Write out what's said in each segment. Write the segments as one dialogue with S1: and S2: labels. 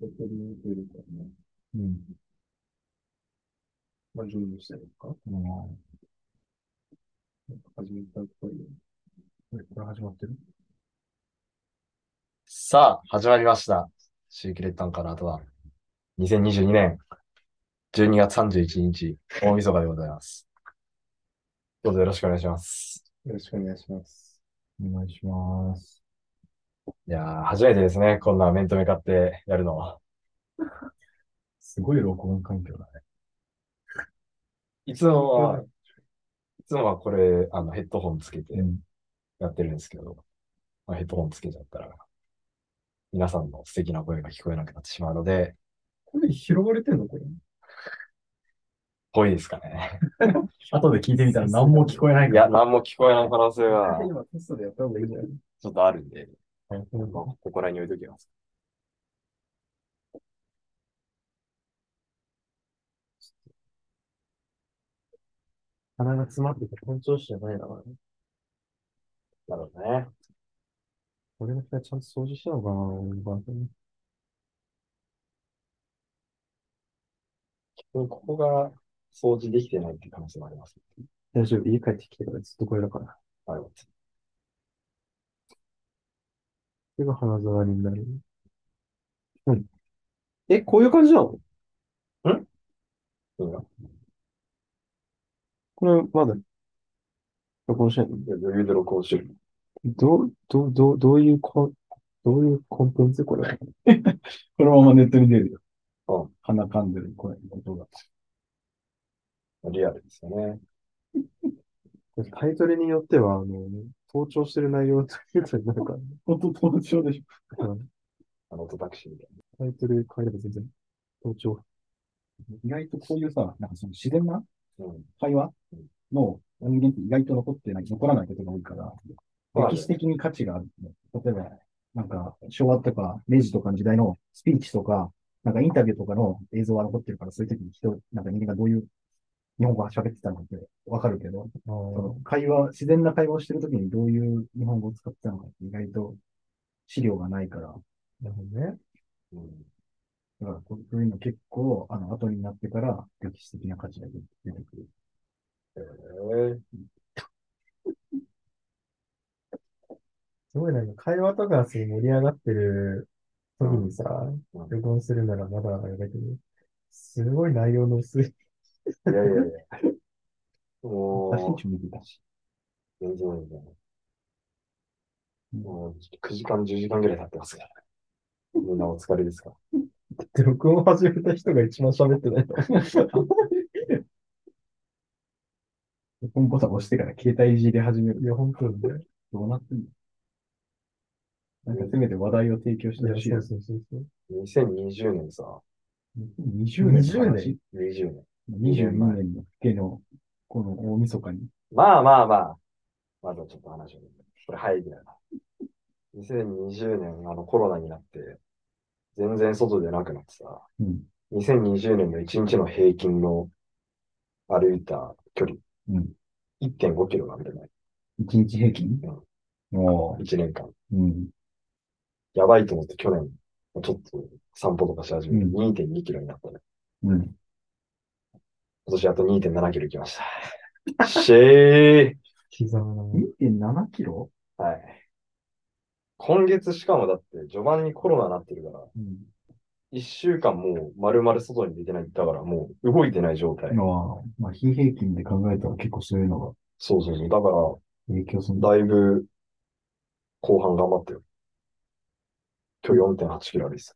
S1: ここにいるからね。
S2: うん。
S1: まあ、準備してるのか。
S2: うん
S1: なんか始めたっぽいよ。
S2: えこれ始まってる
S3: さあ、始まりました。シークレットアンカーの後は、2022年12月31日、大晦日でございます。どうぞよろしくお願いします。
S1: よろしくお願いします。
S2: お願いします。
S3: いやー、初めてですね、こんな面と向かってやるの。
S2: すごい録音環境だね。
S3: いつもは、いつもはこれ、あの、ヘッドホンつけて
S2: ん。
S3: やってるんですけど、まあ、ヘッドホンつけちゃったら、皆さんの素敵な声が聞こえなくなってしまうので、
S1: これ拾われてんのこれ。
S3: ぽいですかね。
S2: 後で聞いてみたら何も聞こえな い
S3: い
S2: か
S3: や、
S2: ら。
S3: 何も聞こえない可能性が
S1: 今テストでやった方がいいんじゃない
S3: ちょっとあるんで、
S2: うん
S3: ここら辺に置いときます。
S4: 鼻が詰まってて本調子じゃないだからね。
S3: なるほどね。
S4: 俺の部屋ちゃんと掃除したのかな俺の番組
S3: ここが掃除できてないっていう可能性もあります。
S4: 大丈夫、家帰ってきてからずっとこれだから。
S3: なるほど。
S4: 手が鼻触りになる。うん。え、こういう感じなの
S3: そうだ
S4: これまだ、録音してんの
S3: いや余裕で録音してる。
S4: どう、どう、どう、どういうコン、どういうコンテンツこれ は。
S2: このままネットに出るよ。
S3: う
S2: 鼻噛んでる声、音が。
S3: リアルですよね。
S4: タイトルによっては、あの、盗聴してる内容ということになるからね。
S2: 音登場でし
S3: あの、音タクシーみたい
S4: タイトル変えれば全然、盗聴。
S2: ょ。意外とこういうさ、なんかその自然な
S3: な。うん。
S2: 会話の音源って意外と残ってない、残らないことが多いから、
S3: まあ
S2: 歴史的に価値があるね。例えば、なんか、昭和とか、明治とかの時代のスピーチとか、なんかインタビューとかの映像が残ってるから、そういう時に人、なんか人間がどういう日本語を喋ってたのかってわかるけど、
S4: あ
S2: その会話、自然な会話をしてる時にどういう日本語を使ってたのかって意外と資料がないから、
S4: なるほどね。
S3: うん。
S2: だからこういうの結構、あの、後になってから歴史的な価値が出てくる。
S3: え
S4: すごいなんか会話とかその盛り上がってる時にさ、
S3: うん
S4: 録音するならまだあれだけど、すごい内容の薄い。
S3: ー、いやいやいや。
S2: 私
S3: も
S2: たちも見てたし。
S3: う、全然全然。もう、9時間、10時間ぐらい経ってますから。みんなお疲れですか
S4: で 録音始めた人が一番喋ってない。
S2: ポンボタン押してから携帯いじり始める。
S4: いや、本当にね。
S2: どうなってんのなんかせめて話題を提供し
S4: い
S2: て
S4: や、
S2: ほしい
S4: そう
S2: です。
S4: そうそうそう。
S3: ?2020 年さ、
S2: 20年の話。
S3: 20年。
S2: 22年の老けの、この大晦日に。
S3: まあまあまあ、まずはちょっと話を。これ入るな。2020年、あのコロナになって、全然外でなくなってさ、
S2: うん。
S3: 2020年の1日の平均の歩いた距離、
S2: うん。
S3: 1.5キロなんてね、
S2: 1日平均おー
S3: 1年間。
S2: うん。
S3: やばいと思って去年、ちょっと散歩とかし始めて
S2: う
S3: 2.2キロになったね。
S2: うん。
S3: 今年あと2.7キロ行きました。 しー
S4: 刻むの。
S2: 2.7キロ
S3: はい。今月しかもだって序盤にコロナになってるから、
S2: うん。
S3: 一週間もう丸々外に出てない。だからもう動いてない状態。
S2: ああ、まあ、非平均で考えたら結構そういうのが
S3: そうそうそう。だか
S2: 影響するんだ。
S3: ら、だいぶ後半頑張ってよ。今日4.8キロ歩いてた。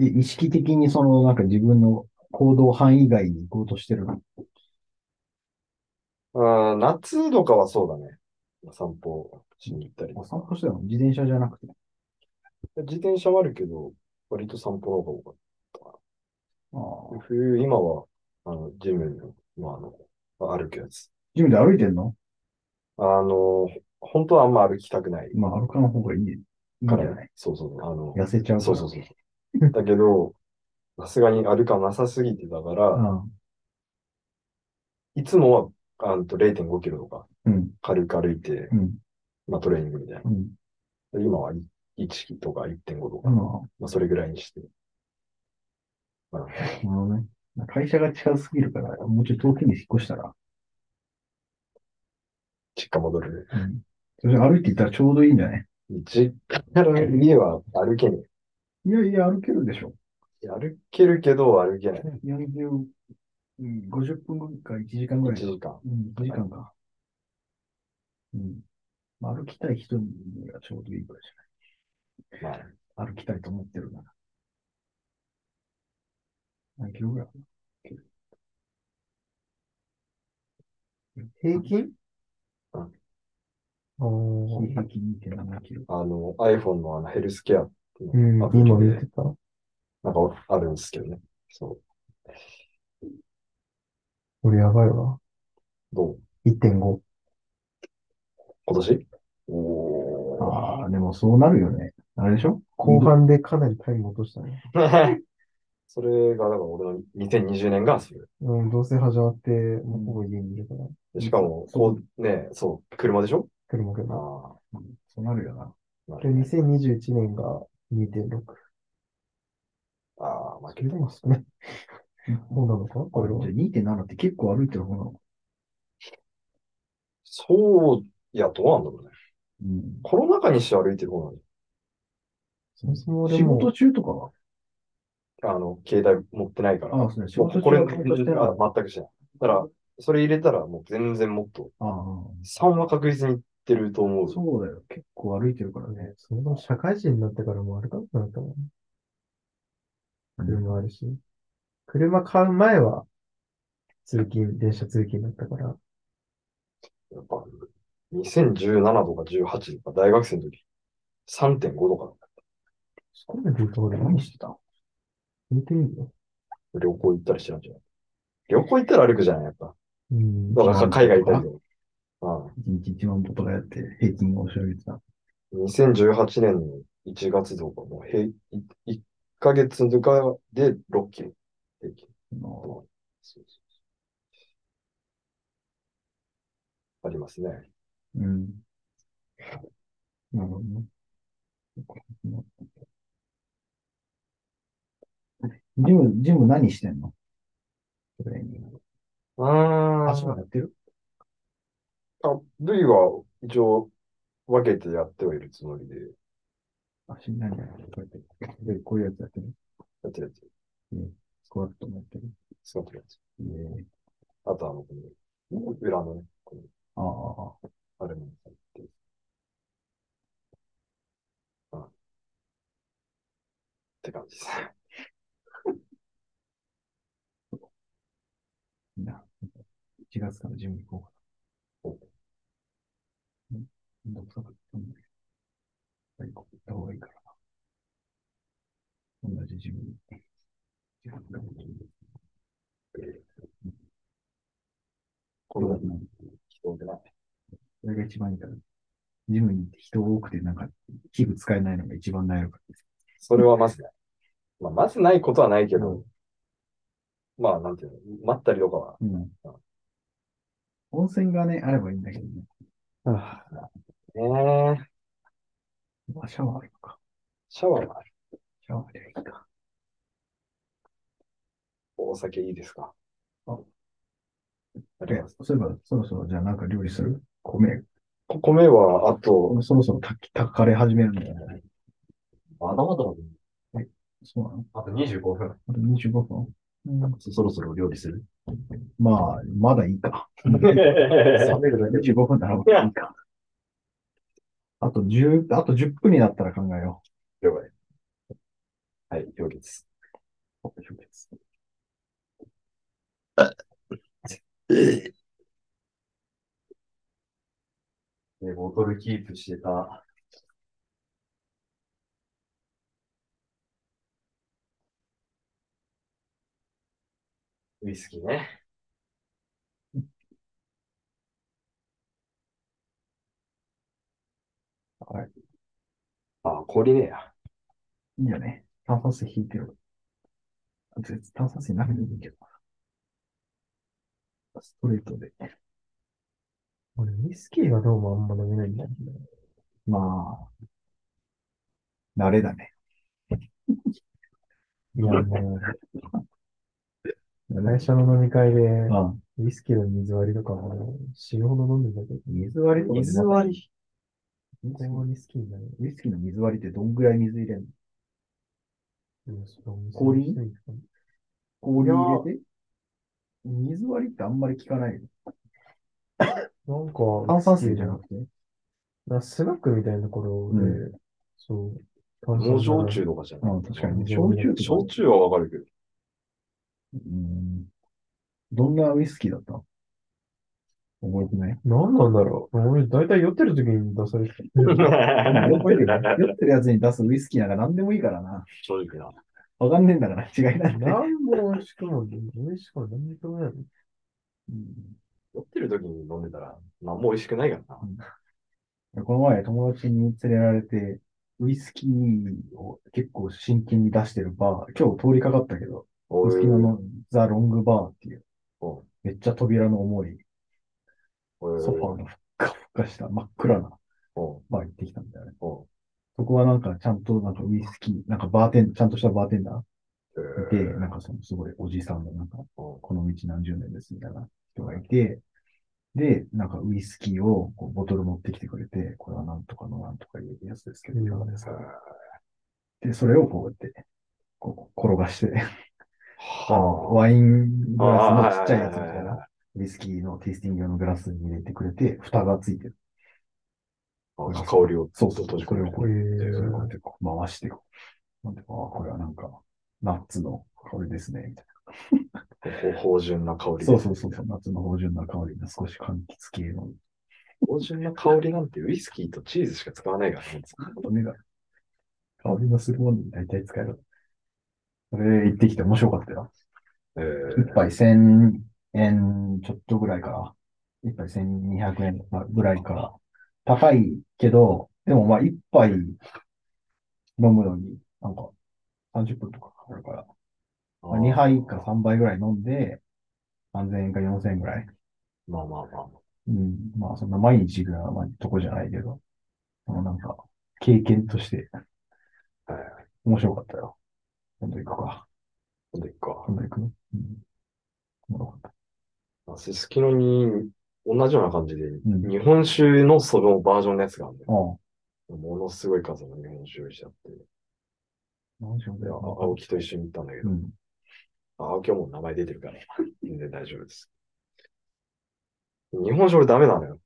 S2: え意識的にその、なんか自分の行動範囲外に行こうとしてるの。
S3: あー夏とかはそうだね。散歩しに行ったりと
S2: お
S3: か。
S2: 散歩してたの自転車じゃなくて。
S3: 自転車はあるけど、割と散歩の方が多か
S2: ああ。
S3: った。冬、今は、あの、ジムの、まあ、あの、歩くやつ。
S2: ジムで歩いてんの
S3: あの、本当はあんま歩きたくない
S2: まあ、歩かの方がいいね。いいんじ
S3: か
S2: ゃ
S3: ら
S2: ない
S3: そうそうそう。あの、
S2: 痩せちゃうから。
S3: そうそうそう。だけど、さすがに歩かなさすぎてだから、いつもは、あのと0.5キロとか
S2: うん。うん。
S3: 軽く歩いて、
S2: うん。
S3: まあトレーニングみたいな。
S2: うん。
S3: 今は1とか1.5と
S2: あ
S3: か、
S2: の、
S3: まあそれぐらいにして。
S2: なるほどね。会社が近すぎるから、もうちょい遠くに引っ越したら、
S3: 実家戻る。
S2: うんそれで歩いて行ったらちょうどいいんじゃない
S3: 実家から家は歩けね
S2: いやいや、歩けるでしょ。
S3: え。歩けるけど歩けない。
S2: 40、うん、50分か1時間ぐ
S3: 1
S2: らいの。
S3: 時間。
S2: うん、1時間か。うん。まあ歩きたい人にはちょうどいいぐらいじ
S3: まあ、
S2: ゃない。歩きたいと思ってるなら。何キロぐらい
S4: 平均
S3: うん
S4: あー
S2: 平均2.7キロ。
S3: あの、iPhone のあのヘルスケアっていう
S4: う
S3: の
S4: ん、
S3: アプリ
S4: 今出
S3: で
S4: てた。
S3: なんかあるんですけどね。そ
S4: これやばいわ。
S3: う。どう
S4: 1.5。
S3: 今年おー。
S2: ああ、でもそうなるよね。あれでしょ
S4: 後半でかなりタイム落としたね。
S3: それが、だから俺の2020年がそれ。
S4: うん、どうせ始まって、もうほぼ家にいるから、
S3: でしかも、こう、ね、そう、車でしょ
S4: 車が。こ
S3: あ
S2: そうなるよな。
S3: あ、な
S4: れ
S3: るね
S4: 2021年が2.6。
S3: ああ、負け
S4: それでも少ない。そうなのかこれは
S2: じゃ。あ2.7って結構歩いてる方なの
S3: そう、いや、どうなんだろうね。
S2: うん。
S3: コロナ禍にして歩いてる方なん
S4: そもそも俺
S2: 仕
S4: も、
S2: 事中とかは
S3: だあの、携帯持ってないから。
S2: ああ、そうだ、仕
S3: もう
S2: 事
S3: こ
S2: 中
S3: れ、あ
S2: は本当してない。あ
S3: 全くしない。だから、それ入れたらもう全然もっと、
S2: あ、
S3: 3は確実にいってると思う。
S2: そうだよ。結構歩いてるからね。
S4: そもそも社会人になってからもう歩かなくなったもん。車あるし。車買う前は、通勤、電車通勤だったから、
S3: やっぱ、2017とか18とか大学生の時、3.5とかだっ
S4: そこまでルート俺
S2: 何してたの
S4: 見てみるよ。
S3: た旅行行ったりしてたんじゃない旅行行ったら歩くじゃないやっぱ。
S4: うん。
S3: だからか海外行ったりとか。
S2: 1日1万歩とかやって平均を調べてた。
S3: うん。2018年の1月とか、もう平、1ヶ月とかで6キロ。平均
S2: あの
S3: そうそうそうありますね。
S2: うん。なるほどね。ジム、ジム何してんのトレーニング。
S3: うーん
S2: 足もやってる
S3: あ、部位は一応分けてやってはいるつもりで
S2: 足何やってるこうやってでこういうやつやってる
S3: やってるやつ、
S2: スクワットもやってる
S3: 使ってるやつ。
S2: ええ
S3: あとあの、この裏のね、この
S2: ああ、
S3: あれも入ってる。うん。って感じです。
S2: いいな。1月からジム行こうかな。うん。どくさかったんだけど。やっぱりこう行った方がいいからな。同じジムに。
S3: これが人でない。
S2: それが一番いいから。ジムに行って人多くて、なんか、器具使えないのが一番悩むから。
S3: それはまずない。まあ、まずないことはないけ
S2: う
S3: ど、まあ、なんていうの、待ったりとかは、
S2: うん。温泉がね、あればいいんだけどね。
S4: ああ
S3: ねえ、
S2: まあ、シャワーあるのか。
S3: シャワーはある
S2: シャワーでいいか。
S3: お酒いいですか
S2: あ
S3: ありがとうございます。
S2: そういえば、そろそろ、じゃあなんか料理する米、
S3: こ米は、あ と、
S2: そろそろ炊き、炊かれ始めるんだよね。
S3: まだまだ
S2: そうなの
S3: あと25分。
S2: あと25分
S3: そろそろ料理する
S2: まあ、まだいいか。
S3: 冷めるだけ
S2: 25分ならまだいいか。あと10、あと10分になったら考えよ
S3: 了解。はい、了解です。
S2: う。
S3: でボトルキープしてた。ウイスキーね。
S2: はい。
S3: あ、氷ねえや。
S2: いいよね。炭酸水引いてる。絶対炭酸水なくてもいいけどな。ストレートで。
S4: 俺、ウイスキーがどうもあんま飲めないんだよね。
S2: まあ、慣れだね。
S4: いや、もう、会社の飲み会で、
S2: あ
S4: ウイスキーの水割りとかも死ぬほど飲んでたけど、
S2: 水割りとか
S3: 水割り。
S4: 最後に好きになる。
S2: ウイスキーの水割りってどんぐらい水入れんの
S4: いやそれは面白
S2: 氷
S4: いですね
S2: 氷入れて水割りってあんまり効かないよ。
S4: なんか、
S2: 炭酸水じゃなくて。
S4: なスナックみたいなところで、
S2: う
S4: そう、
S3: もう焼酎とかじゃ
S2: う
S3: ない。
S2: ん、確かに。
S4: 水
S2: 焼
S4: 割り
S2: 酎とか
S3: 焼。酎はわかるけど。
S2: うん。どんなウイスキーだったの覚えてない
S4: 何なんだろう。俺、大体酔ってる時に出されてる。
S2: 覚えてる酔ってるやつに出すウイスキーなんか何でもいいからな。
S3: 正直な。
S2: わかんねえんだから、違いない。
S4: 何も美味しくも、美味しくも何もない。
S3: 酔ってる時に飲んでたら、まあもう美味しくないからな。
S2: この前、友達に連れられて、ウイスキーを結構真剣に出してるバー、今日通りかかったけど、ウイスキーののザ・ロングバーっていう
S3: うん、
S2: めっちゃ扉の重い、
S3: おい
S2: ソファーがふっかふかした真っ暗な
S3: おい
S2: バー行ってきたんだよね。
S3: おい
S2: そこはなんかちゃんとなんかウイスキー、なんかバーテン、ちゃんとしたバーテンダー
S3: え
S2: で、
S3: ー
S2: なんかそのすごいおじさんのなんか、
S3: おい
S2: この道何十年ですみたいな人がいて、で、なんかウイスキーをこうボトル持ってきてくれて、これはなんとかのなんとかいうやつですけど、いかがですかで、それをこうやって、こう転がして、 あの
S3: は
S2: ワイングラスのちっちゃいやつみ
S3: あーはいはい
S2: た
S3: はいい
S2: な、ウイスキーのテイスティング用のグラスに入れてくれて、蓋がついてる。
S3: あ。香りを
S2: そうそうそう、こ
S3: こ
S2: れ
S3: れを
S2: をこ
S4: え
S2: うやって、それをこうやっ
S4: ー
S2: てこう回してこう。なんで、ああ、これはなんか、ナッツの香りですね、みたい
S3: 芳醇な香
S2: な。
S3: り。
S2: そうそうそうそう、ナッツの芳醇な香りが少し柑橘系の。
S3: 芳醇な香りなんてウイスキーとチーズしか使わないからね。
S2: ねが香りのするものに大体使える。それ行ってきて面白かったよ。
S3: え
S2: 一杯1000円ちょっとぐらいから、一杯1200円ぐらいから。高いけど、でもまあ一杯飲むのに、なんか30分とかかかるから、まあ、2杯か。3杯ぐらい飲んで、3000円か4000円ぐらい。
S3: まあまあまあ。
S2: うん。まあそんな毎日ぐらいはまあとこじゃないけど、そのなんか経験として
S3: はいは
S2: 面白かったよ。今度行くか。
S3: 今度行くか。
S2: 今度行くのうん。面白かった。
S3: まあすすきのに、同じような感じで、
S2: ん
S3: 日本酒のそのバージョンのやつがあるんだよ。
S2: ああ、
S3: ものすごい数の日本酒をしちゃって。
S2: 何しよう
S3: で
S2: だ
S3: あ
S2: よ。
S3: 青木と一緒に行ったんだけ
S2: う
S3: ど、
S2: ん。
S3: あ青木はもう名前出てるから、全然大丈夫です。日本酒俺ダメなのよ。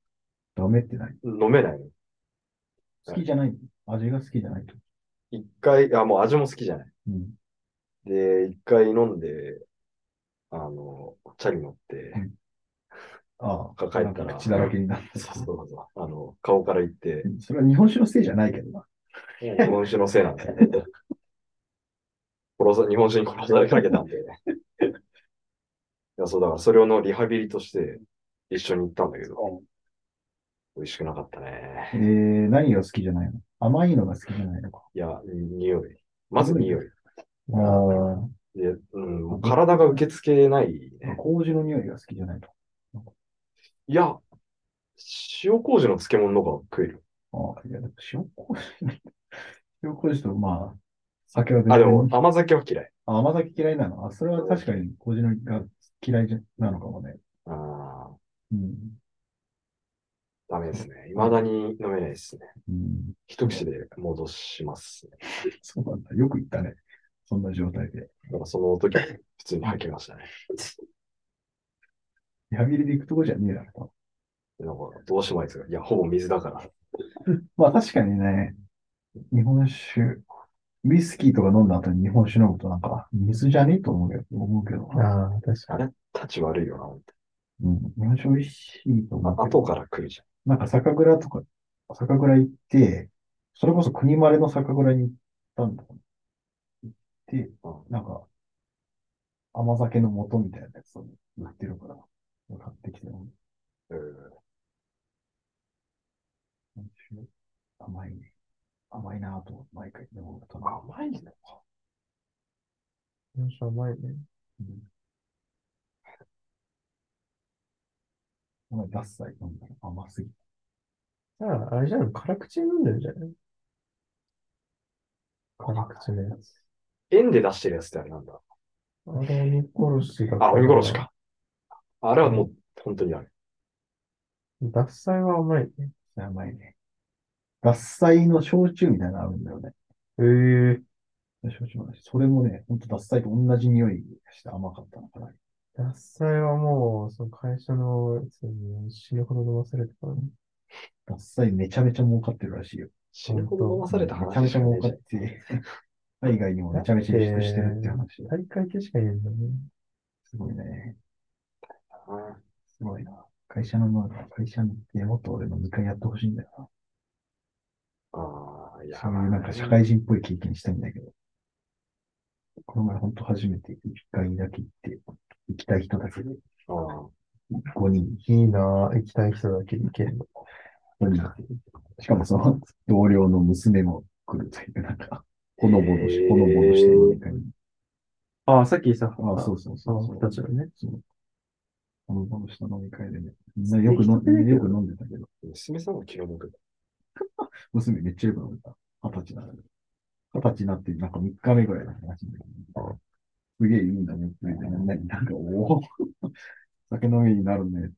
S2: ダメってない。
S3: 飲めないの。
S2: 好きじゃない。味が好きじゃないと。
S3: 一回、あ、もう味も好きじゃない。
S2: うん。
S3: で、一回飲んで、あの、チャリ乗って、
S2: ああ、
S3: か帰ったら
S2: なん口だらけになる。
S3: そうそうそう、あの、顔から行って
S2: う、んそれは日本酒のせいじゃないけどな。
S3: もう日本酒のせいなんだよね。殺さ、日本酒に殺されかけたんで。いや、そう、だからそれのリハビリとして一緒に行ったんだけど、美味しくなかった
S2: え
S3: ね。
S2: ー、何が好きじゃないの甘いのが好きじゃないのか。
S3: いや、匂い。まず匂い。
S2: ああ
S3: で、うん、もう体が受け付けないね。
S2: 麹の匂いが好きじゃないと。
S3: いや、塩麹の漬物の方が食える。
S2: ああ、いや、でも塩麹。 塩�麹と、まあ、酒は全
S3: あ、
S2: 然
S3: でも甘酒は嫌い。
S2: あ甘酒嫌いなのあ、それは確かに麹のが嫌いじゃなのかもね。
S3: あー
S2: うん。
S3: ダメですね。未だに飲めないですね。
S2: うん、
S3: 一口で戻しますね。
S2: そうなんだ。よく言ったね。そんな状態で。
S3: だからその時、普通に吐きましたね。
S2: リハビリで行くとこじゃねえだろと。
S3: なんか、どうしてもあいつが、いや、ほぼ水だから。
S2: まあ確かにね、日本酒、ウイスキーとか飲んだ後に日本酒飲むとなんか、水じゃねえと思うけど、思うけどな。
S4: ああ、確か
S3: あれ、立ち悪いよな、ほんと
S2: うん。日本酒美味しいと思うけど。
S3: あ後から来るじ
S2: なんか酒蔵とか、酒蔵行って、それこそ国まれの酒蔵に行ったんだよね。行って、
S3: ゃん。うん
S2: なんか、甘酒の素みたいなやつを売ってるから、買ってきて飲んで
S3: えー
S2: 日本酒甘いね。甘いなぁと、毎回思うとな。
S3: 甘いのか。
S4: に。日本酒甘いね。
S2: お前、ダッサイ飲んだら甘すぎ。
S4: ああ、あれじゃん、辛口飲んでるじゃない辛口のやつ。
S3: 円で出してるやつってあれなんだ。
S4: あれ、鬼殺しが。
S3: あ、鬼殺し。か。あれはもう、本当にあれ。
S4: 脱菜は甘いね。
S2: やばいね。獺祭の焼酎みたいなのあるんだよね。
S4: ええ
S2: 焼酎の話それもね、ほんと獺祭と同じ匂いがして甘かったのかなり。
S4: 脱菜はもう、その会社のやつに死ぬほど飲まされてたからね。
S2: 獺祭めちゃめちゃ儲かってるらしいよ。
S3: 死ぬほど飲まされた
S2: めちゃめ
S3: 話
S2: ちゃ儲かって、海外にもめちゃめちゃ輸出してるって話。
S4: 大会系しかいないんだね。
S2: すごいね。
S3: うん
S2: すごいな。会社の、まあ会社でもっと俺も2回やってほしいんだよな。
S3: ああ、いや、
S2: そういうなんか社会人っぽい経験したいんだけど。この前ほんと初めて1回だけ行って、行きたい人だけで
S3: あー
S2: 5人、
S4: いいなぁ、行きたい人だけ行けるの。
S2: 5人。しかもその同僚の娘も来るという、なんか、ほのぼのし、
S3: へー
S2: ほのぼのしてるみたいに。
S4: ああ、さっきさ、
S2: ああ、そうそう
S4: あ
S2: そ
S4: あ
S2: うそう。
S4: 僕たちはね。
S2: そう。ほのぼのした飲み会でね。みんなよく飲んで、よく飲んでたけど、
S3: 娘さんは気の毒だ。
S2: 娘めっちゃよく飲んでた。二十歳なのに。二十歳になって、なんか3日目ぐらいの話だけど。すげえいいんだねって言って、みんなになんか、おお、 酒飲みになるね。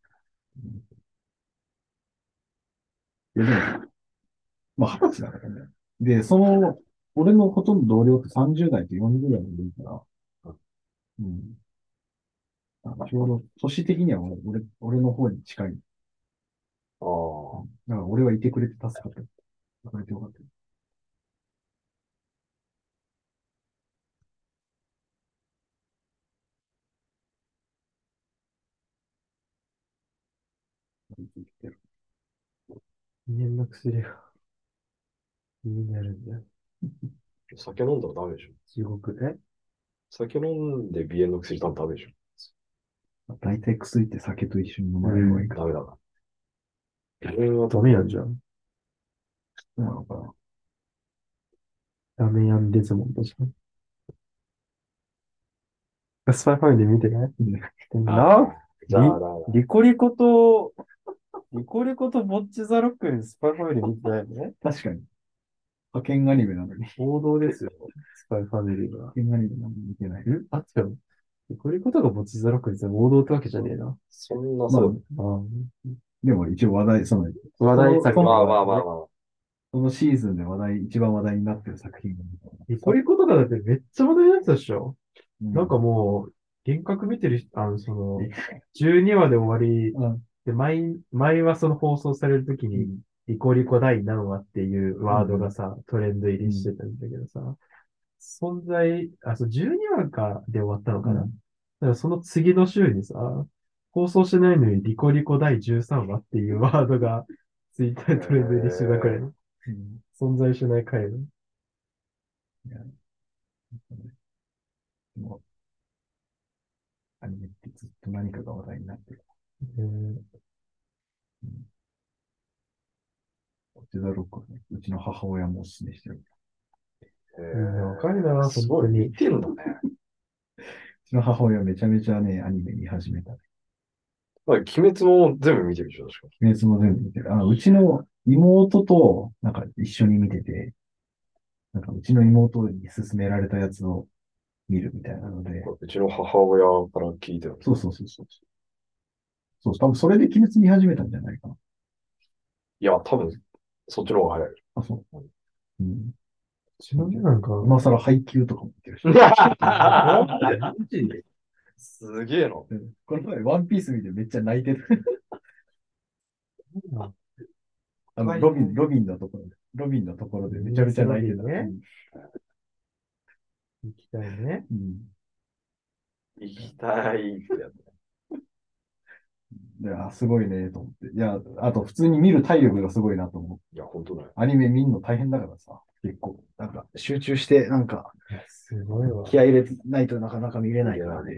S2: いや、でも、まあ二十歳だからね。で、その、俺のほとんど同僚って30代と40代のいるから、うん。あちょうど、年的には俺、俺の方に近い。
S3: ああ。
S2: だから俺はいてくれて助かった。助かれてよかった。
S4: 連絡すれば、気になるんだよ。
S3: 酒飲んだらダメでしょ。
S4: 地獄で。
S3: 酒飲んで鼻炎の薬たんダメでし
S2: 大体薬って酒と一緒に飲まれる方がい
S3: ょ。
S2: いか
S3: ダメだな。鼻炎は
S4: ダメやんじゃん。
S2: ら。そうなのかな。
S4: ダメやんデズモンドじゃん。スパイファミリー見てね。でもな、
S3: じゃあ、
S4: み
S3: だから
S4: リコリコと、リコリコとボッチザロックにスパイファミリー見てないよね。
S2: 確かに。派遣アニメなのに。
S4: 王道ですよ。スパイファミリーは。
S2: 派遣アニメなのに見てない。
S4: んあ、違う。リコリコとかボッチザロックに全部王道ってわけじゃねえな。
S3: そんな
S2: まあ
S3: そう。
S4: あ
S2: でも一応話題、その、
S4: あ話題作
S3: まあ
S4: だから
S3: まあ
S4: ね
S3: まあまあまあ。
S2: そのシーズンで話題、一番話題になってる作品が
S4: リコリコとかだってめっちゃ話題のやつでしょ、
S2: う
S4: なんかもう、幻覚見てる人、あの、その
S2: え、
S4: 12話で終わり、
S2: うん
S4: で、毎、毎はその放送されるとき
S2: う
S4: に、
S2: ん
S4: リコリコ第何話っていうワードがさ、トレンド入りしてたんだけどさ、存在、あ、そう、12話かで終わったのかな。
S2: うん
S4: だからその次の週にさ、放送してないのにリコリコ第13話っていうワードが、ツイッターにトレンド入りしてたくらいの、
S2: うん
S4: 存在しない回の。
S2: もうアニメってずっと何かが話題になってる。
S4: えー
S2: こっちだろうかね。うちの母親もおすすめしてる。
S3: え
S4: みんな
S3: ー
S4: 若いな、すごいね
S3: 見。てんだね。
S2: うちの母親めちゃめちゃね、アニメ見始めた。
S3: まあ、鬼滅も全部見てるでしょ、確か。
S2: 鬼滅も全部見てる。あ、うちの妹と、なんか一緒に見てて、なんかうちの妹に勧められたやつを見るみたいなので、
S3: うちの母親から聞いてる。
S2: そうそうそうそう。そう、多分それで鬼滅見始めたんじゃないかな。
S3: いや、多分、そっちの方が早い。
S2: あ、そう。うん。
S4: ちなみになんか、
S2: 今更配給とかも見てる し。
S4: マジです
S3: げえな。
S2: うんこの前、ワンピース見てめっちゃ泣いてる。あの、ロビン、ロビンのところで、ロビンのところでめちゃめちゃ泣いてる。
S4: ロビンね行きたいね。
S2: うんうん
S3: 行きたいってやつ。
S2: いや、すごいね、と思って。いや、あと普通に見る体力がすごいなと思う。
S3: いや、本当だよ。
S2: アニメ見るの大変だからさ、結構、なんか集中して、なんか
S4: すごいわ。
S2: 気合い入れないとなかなか見れないからね。
S3: い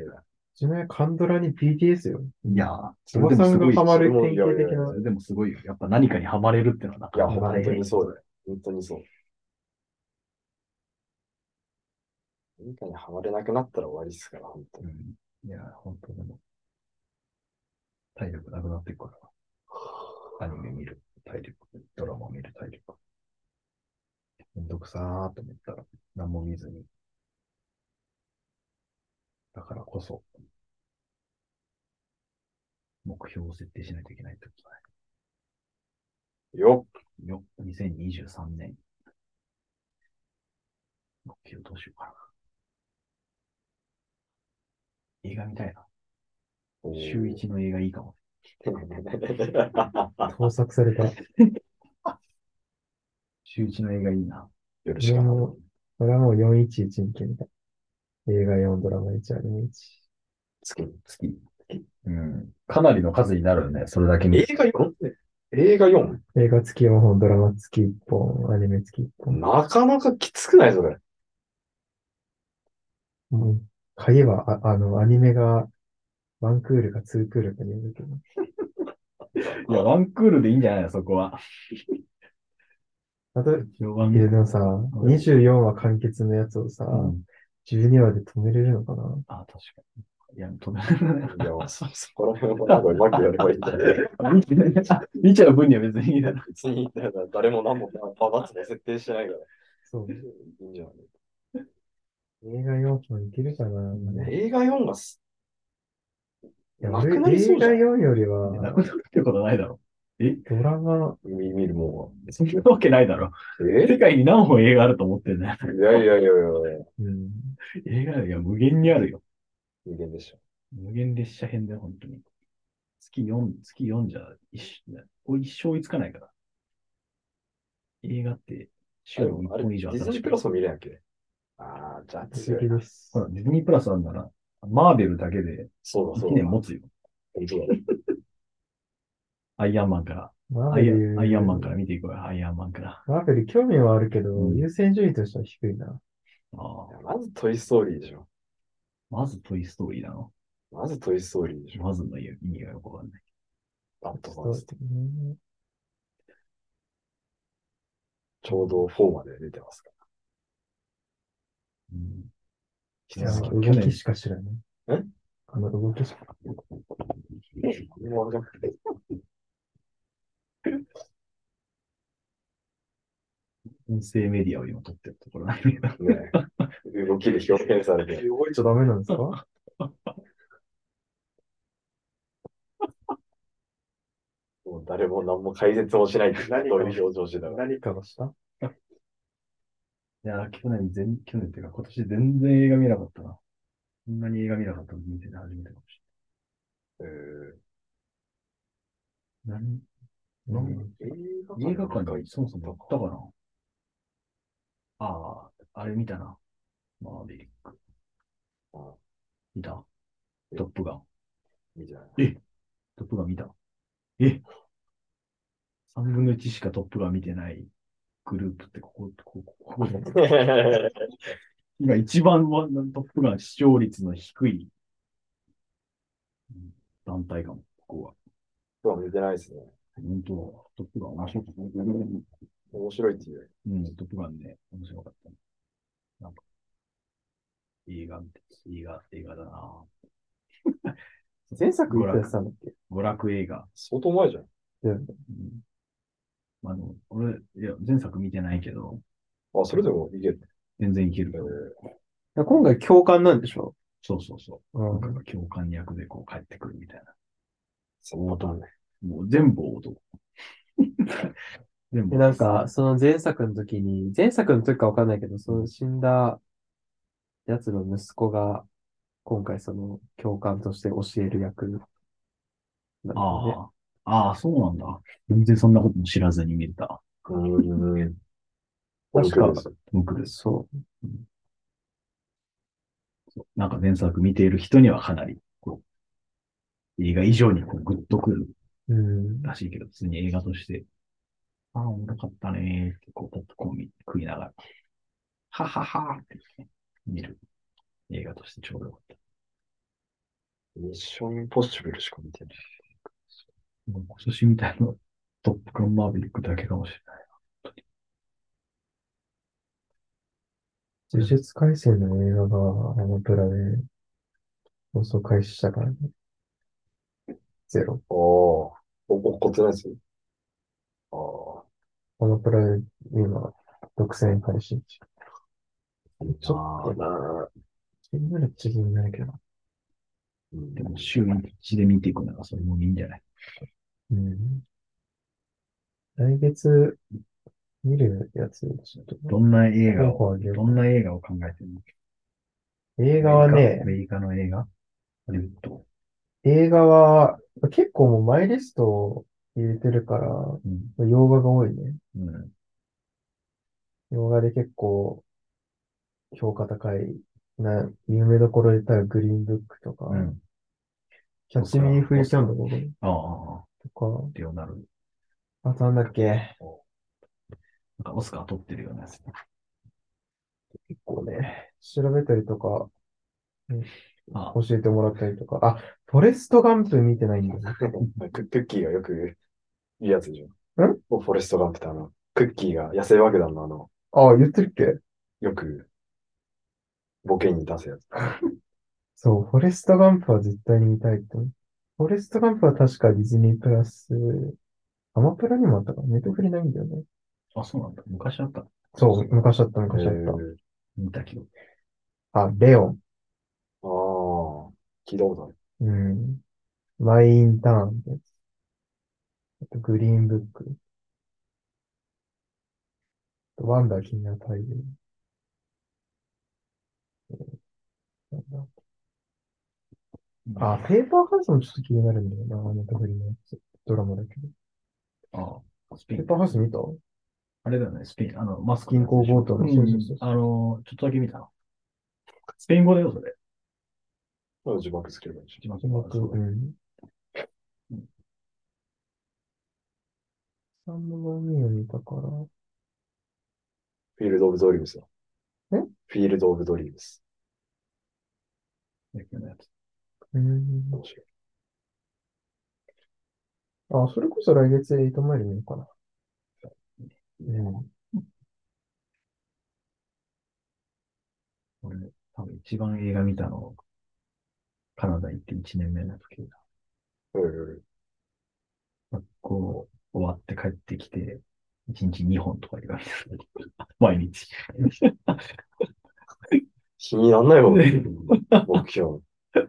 S4: ちなみにカンドラに BTS よ。
S2: いやー、そ
S4: おば
S2: れで
S4: さ
S2: もす
S4: ん
S2: ご
S4: が
S2: い。
S4: ハマる
S3: それ
S4: 典
S3: も
S4: 型的
S3: いやいやい
S4: な
S2: そ。れでもすごいよ。やっぱ何かにハマれるってのはなか
S3: や、
S2: なか
S3: 本当にそう
S2: だ。
S3: だよ。本当にそう。何かにハマれなくなったら終わりですから、本当
S2: う
S3: に。
S2: んいやー、本当でも。体力なくなってくから。アニメ見る体力、ドラマ見る体力。めんどくさーって思ったら、何も見ずに、だからこそ、目標を設定しないといけないってことだ
S3: よっ
S2: ね。よ、2023年。目標どうしようかな。映画見たいな。週1の映画いいかも。
S4: 盗作された。
S2: 週1の映画いいな。
S3: よろし
S4: 自
S3: く
S4: 分も、これはもう411に決めた。映画4、ドラマ1、あれも1。
S3: 月に。
S1: 月。うん。かなりの数になるよね、それだけに。
S3: 映画 4? 映画 4?
S4: 映画付き4本、ドラマ付き1本、アニメ付き1本。
S3: なかなかきつくないそれ。
S4: もう、鍵は、ああの、アニメが、ワンクールかツークールかによるけど。
S1: いや、ワンクールでいいんじゃないの、そこは。
S4: あと、
S2: 一応ワン
S4: いやでもさ、
S2: ん
S4: 24話完結のやつをさ、
S2: うん
S4: 12話で止めれるのかな
S2: あ、確かに。いや、止められない。
S3: いや、 そそこら辺はなんかうまくやればいいんだよ。
S2: 見てない見ちゃう分には別にいいだろ。
S3: 別に誰も何も罰も設定してないから。
S4: そう。
S3: いいんじゃない
S4: 映画4本いけるかな、い
S3: 映画4がす、
S4: や、
S3: な
S4: 俺
S3: くなりそう
S4: 映
S3: じ
S4: 画
S3: ゃ
S4: 4
S3: ん
S4: よりは、
S2: なくなるってことないだろ。
S4: ドラマ、
S3: 見見るも
S2: そんなわけないだろ。
S3: んは。え
S2: 世界に何本映画あると思ってんだよ。
S3: いやいやいやいや、
S4: うん、
S2: 映画いや無限にあるよ。
S3: 無限でしょ。
S2: 無限列車編だよ、本当に。月4、月4じゃ一緒、これ一生追いつかないから。映画って、週に1
S3: あれ、
S2: 本以
S3: デ
S2: 上
S3: ィズニープラスも見れんやっけああ、じゃあ強い。
S4: 次です
S2: ほ。ら、ディズニープラスあるなら、マーベルだけで
S3: そうだそ
S2: 1
S3: う
S2: 年
S3: だ。
S2: 持つよ。
S3: 本当だね
S2: アイアンマンから。
S4: マー
S2: ア
S4: ベ
S2: イア
S4: ル、
S2: ンアイアンマンから見ていこうよ、アイアンマンから。
S4: マーベル興味はあるけど、
S2: うん
S4: 優先順位としては低いな。
S2: ああ
S3: まずトイストーリーでしょ。
S2: まずトイストーリーなの。
S3: まずトイストーリーでしょ。
S2: まずの意味がよくわかんない。
S3: あと
S4: そうですね。
S3: ちょうど4まで出てますか
S2: うんい
S4: い
S2: や
S4: や
S2: ー
S4: 動き
S2: 去年、
S4: しか知らない。
S3: え
S4: あの動きしか。
S3: ら。もうわかんない
S2: 音声メディアを今撮ってるところなんだけど。
S3: ねえ動きで表現されて。
S4: 動いちゃダメなんですか
S3: もう誰も何も解説もしないって、どういう表情してたから。
S4: 何かがした
S2: いやー、去年全、去年っていうか今年全然映画見なかったな。こんなに映画見なかったの人生で初めてかもし
S3: え
S2: れない。
S4: う
S2: 何
S4: ん
S2: 映画館
S3: が
S2: にそもそも行ったかなああ、あれ見たな。マーベリック
S3: ああ。
S2: 見たトップガン。
S3: いいじゃない。
S2: トップガン見たえ ?3 分の1しかトップガン見てないグループってここ、ここ、ここ、今一番ワントップガン視聴率の低いうん団体かも、ここは。
S3: 今日は見てないですね。
S2: 本当はトップガン面白かった。
S3: 面白いっていう。
S2: うん、トップガンね、面白かったね。なんか、映画みたい、映画、映画だな
S4: 前作いくらしたんだっけ
S2: 娯楽映画。
S3: 相当前じゃん。
S2: うんまあの、俺、いや、前作見てないけど、
S3: あ、それでもいける。
S2: 全然いける
S3: え
S2: よ。
S4: 今回共感なんでしょ
S2: そうそうそう。
S4: うん
S2: 僕。が教官役でこう帰ってくるみたいな。
S3: そんなことない。
S2: もう全部 男。全
S5: で、
S2: 部
S5: なんか、その前作の時に、前作の時かわかんないけど、その死んだやつの息子が、今回その教官として教える役なんだよね。
S2: ああ、ああ、そうなんだ。全然そんなことも知らずに見れた。
S3: うん。
S2: 確か
S3: 面白いです
S2: トムクルーズ
S5: そ
S2: なんか前作見ている人にはかなり、こう、映画以上にこうグッとくる
S4: うん。
S2: らしいけど、普通に映画として、ああ、おもろかったねーって、こう、ポップコーン食いながら、はははーって見る映画としてちょうどよかった。
S3: ミッションインポッシブルしか見てない。
S2: もう今年みたいなトップガンマーヴェリックだけかもしれない。
S4: 呪術廻戦の映画がアマプラで放送開始したからね。ゼロ。
S3: ああ、お怒ってないですよ。あ
S4: アマプラで今、独占配信中。
S3: あ、ちょっとな。
S4: 気になるっちゃ気になるけど。
S1: でも週1で見ていくならそれもいいんじゃない
S4: うん。来月、見るやつ、ちょっと、
S2: どんな映画
S4: 候
S2: を、
S4: 補あげよ
S2: どんな映画を考えてるの
S4: う映画はね
S2: ア、メリカの映画ハリウッド。
S4: 映画は、結構もうマイリストを入れてるから、
S2: うん。
S4: 洋画が多いね。
S2: うん。
S4: 洋画で結構、評価高い、な、有名どころで言ったらグリーンブックとか、
S2: うん。
S4: キャッチミーフリーキャンド
S2: ああ、
S4: と
S2: レオナルド。
S4: か、あとなんだっけ、
S2: なんかオスカー取ってるようなやつ。
S4: 結構ね、調べたりとか、
S2: あ
S4: 教えてもらったりとか、あ、フォレストガンプ見てないんだよね。
S3: ククッキーがよく言うやつじゃ
S4: ん
S3: ん。フォレストガンプってあの、クッキーが野生爆弾のあの、
S4: あ、言ってるっけ
S3: よく、ボケに出すやつ。
S4: そう、フォレストガンプは絶対に見たいと思う。フォレストガンプは確かディズニープラス、アマプラにもあったから、ネットフリないんだよね。
S2: あ、そうなんだ。昔あった。
S4: そう、昔あった、昔あっ
S2: 見た記憶。
S4: た。あ、レオン。
S3: ああー、聞いたことある。
S4: うん。マイインターンです。あと、グリーンブック。あとワンダー君は太陽。えーなんだあ、ペーパーハウスもちょっと気になるんだよな、ネットフリのやつ。ドラマだけど。
S2: ああ、スピ
S4: ペ
S2: ン
S4: ー。パーハウス見た
S2: あれだよね、スピン。あの、マスク
S4: 銀行強盗
S2: う
S4: の
S2: ん
S4: そうそうそう
S2: あの、ちょっとだけ見たな。スペイン語だよ、それ。
S3: うん字幕つければいいじ
S2: 一番
S4: うまく、うん。サンドの海を見たから。
S3: ゃん。フィールド・オブ・ドリームスよ。
S4: え
S3: フィールド・オブ・ドリームス。
S2: 野球のやつ。
S4: うん。
S3: 面白い。
S4: あ、それこそ来月エイトマイル見ようかな。うん。
S2: 俺、多分一番映画見たの、カナダ行って1年目の時だ。
S3: うんうん
S2: 学校終わって帰ってきて、1日2本とか映画見てる。毎 日。
S3: 気になんないもんね。目標。
S2: 1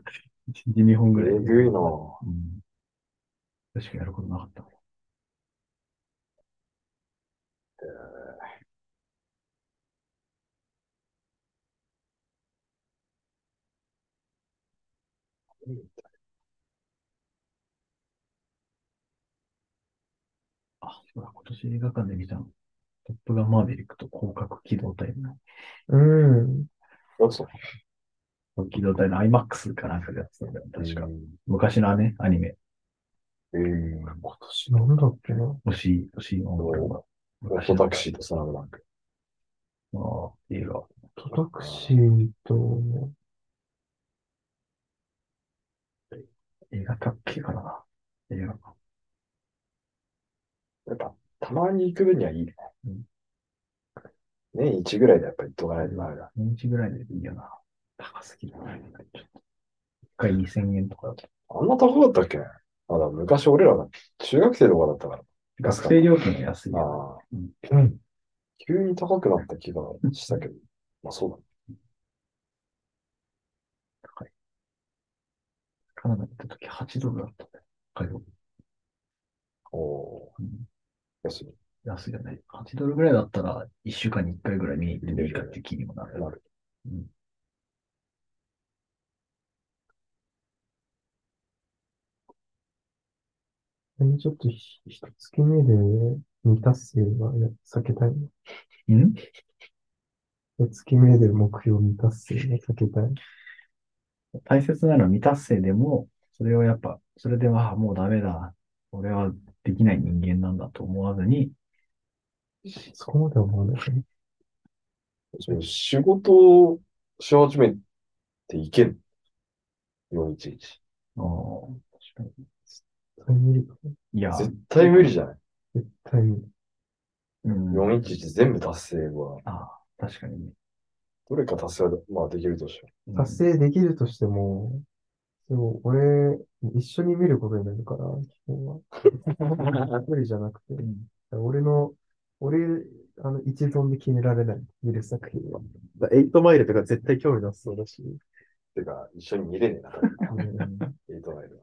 S2: 日2本ぐらい。
S3: えぐいな
S2: うん。確かやることなかった。あ、そうだ、今年映画館で見たの。トップガンマーヴェリックと広角機動隊の、
S4: うん。
S3: なんそ
S2: 機動隊の IMAX かなんかでやってたんだよ、確か。
S3: うん
S2: 昔のね、アニメ、
S3: うん。
S4: 今年なんだっけな。
S2: 星い、欲しい音楽が。
S3: オトタクシーとスラムダンク。
S2: ー。ああ、映画。
S4: トタクシーと、
S2: 映画だっけかな。映画か。
S3: やっぱ、たまに行く分にはいいね
S2: うん。
S3: 年一ぐらいでやっぱ行っとかないとダメだ。
S2: 年一ぐらいでいいよな。高すぎるな。ちょっと。一回2000円とかだと。
S3: あんな高かったっけあだ昔俺らが中学生とかだったから。
S2: 学生料金は安いよ。
S3: ああ
S2: うん。
S4: うん
S3: 急に高くなった気がしたけど。まあそうだね。
S2: カナダ行った時8ドルだったね。北海道
S3: おお
S2: うん。
S3: 安い。
S2: 安いよね。8ドルぐらいだったら、1週間に1回ぐらい見に行ってもいいかって気にもなる。
S3: なる。
S4: ちょっとひ一月目で未達成はや避けたいな。
S2: うん
S4: 一月目で目標未達成は避けたい。
S2: 大切なのは未達成でも、それをやっぱ、それではもうダメだ。俺はできない人間なんだと思わずに、
S4: そこまでは思わないかな。
S3: その仕事をし始めていけん。411。
S2: あー確か
S4: 絶対無理かな。
S2: にいや、
S3: 絶対無理じゃない。
S4: 絶対無理。
S2: うん、
S3: 411全部達成は、
S2: あー確かにね。
S3: どれか達成は、まあできるとしよ
S2: うん
S4: 達成できるとしても、でも俺、一緒に見ることになるから、基本は。無理じゃなくて。
S2: うん
S4: 俺の、俺、あの、一存で決められない、見る作品は。エイトマイルとか絶対興味なさそうだし、
S3: てか、一緒に見れねえな、
S4: うん
S3: エイトナイルは。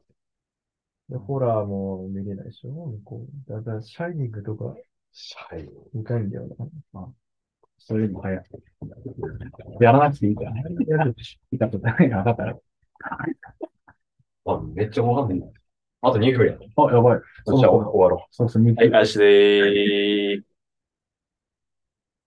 S4: で、ホラーも見れないでしょ向こう。だから、シャイニングとか
S3: シャイニング
S4: 見たいんだよな。
S2: それよりも早い。やらなくていいから。やるいたことないな、だから。
S3: あ、めっちゃわかんねえな。あと2分や。
S2: あ、やばい。
S3: じゃあ終わろ
S2: そうそう、2
S3: う。はい、開始でーす。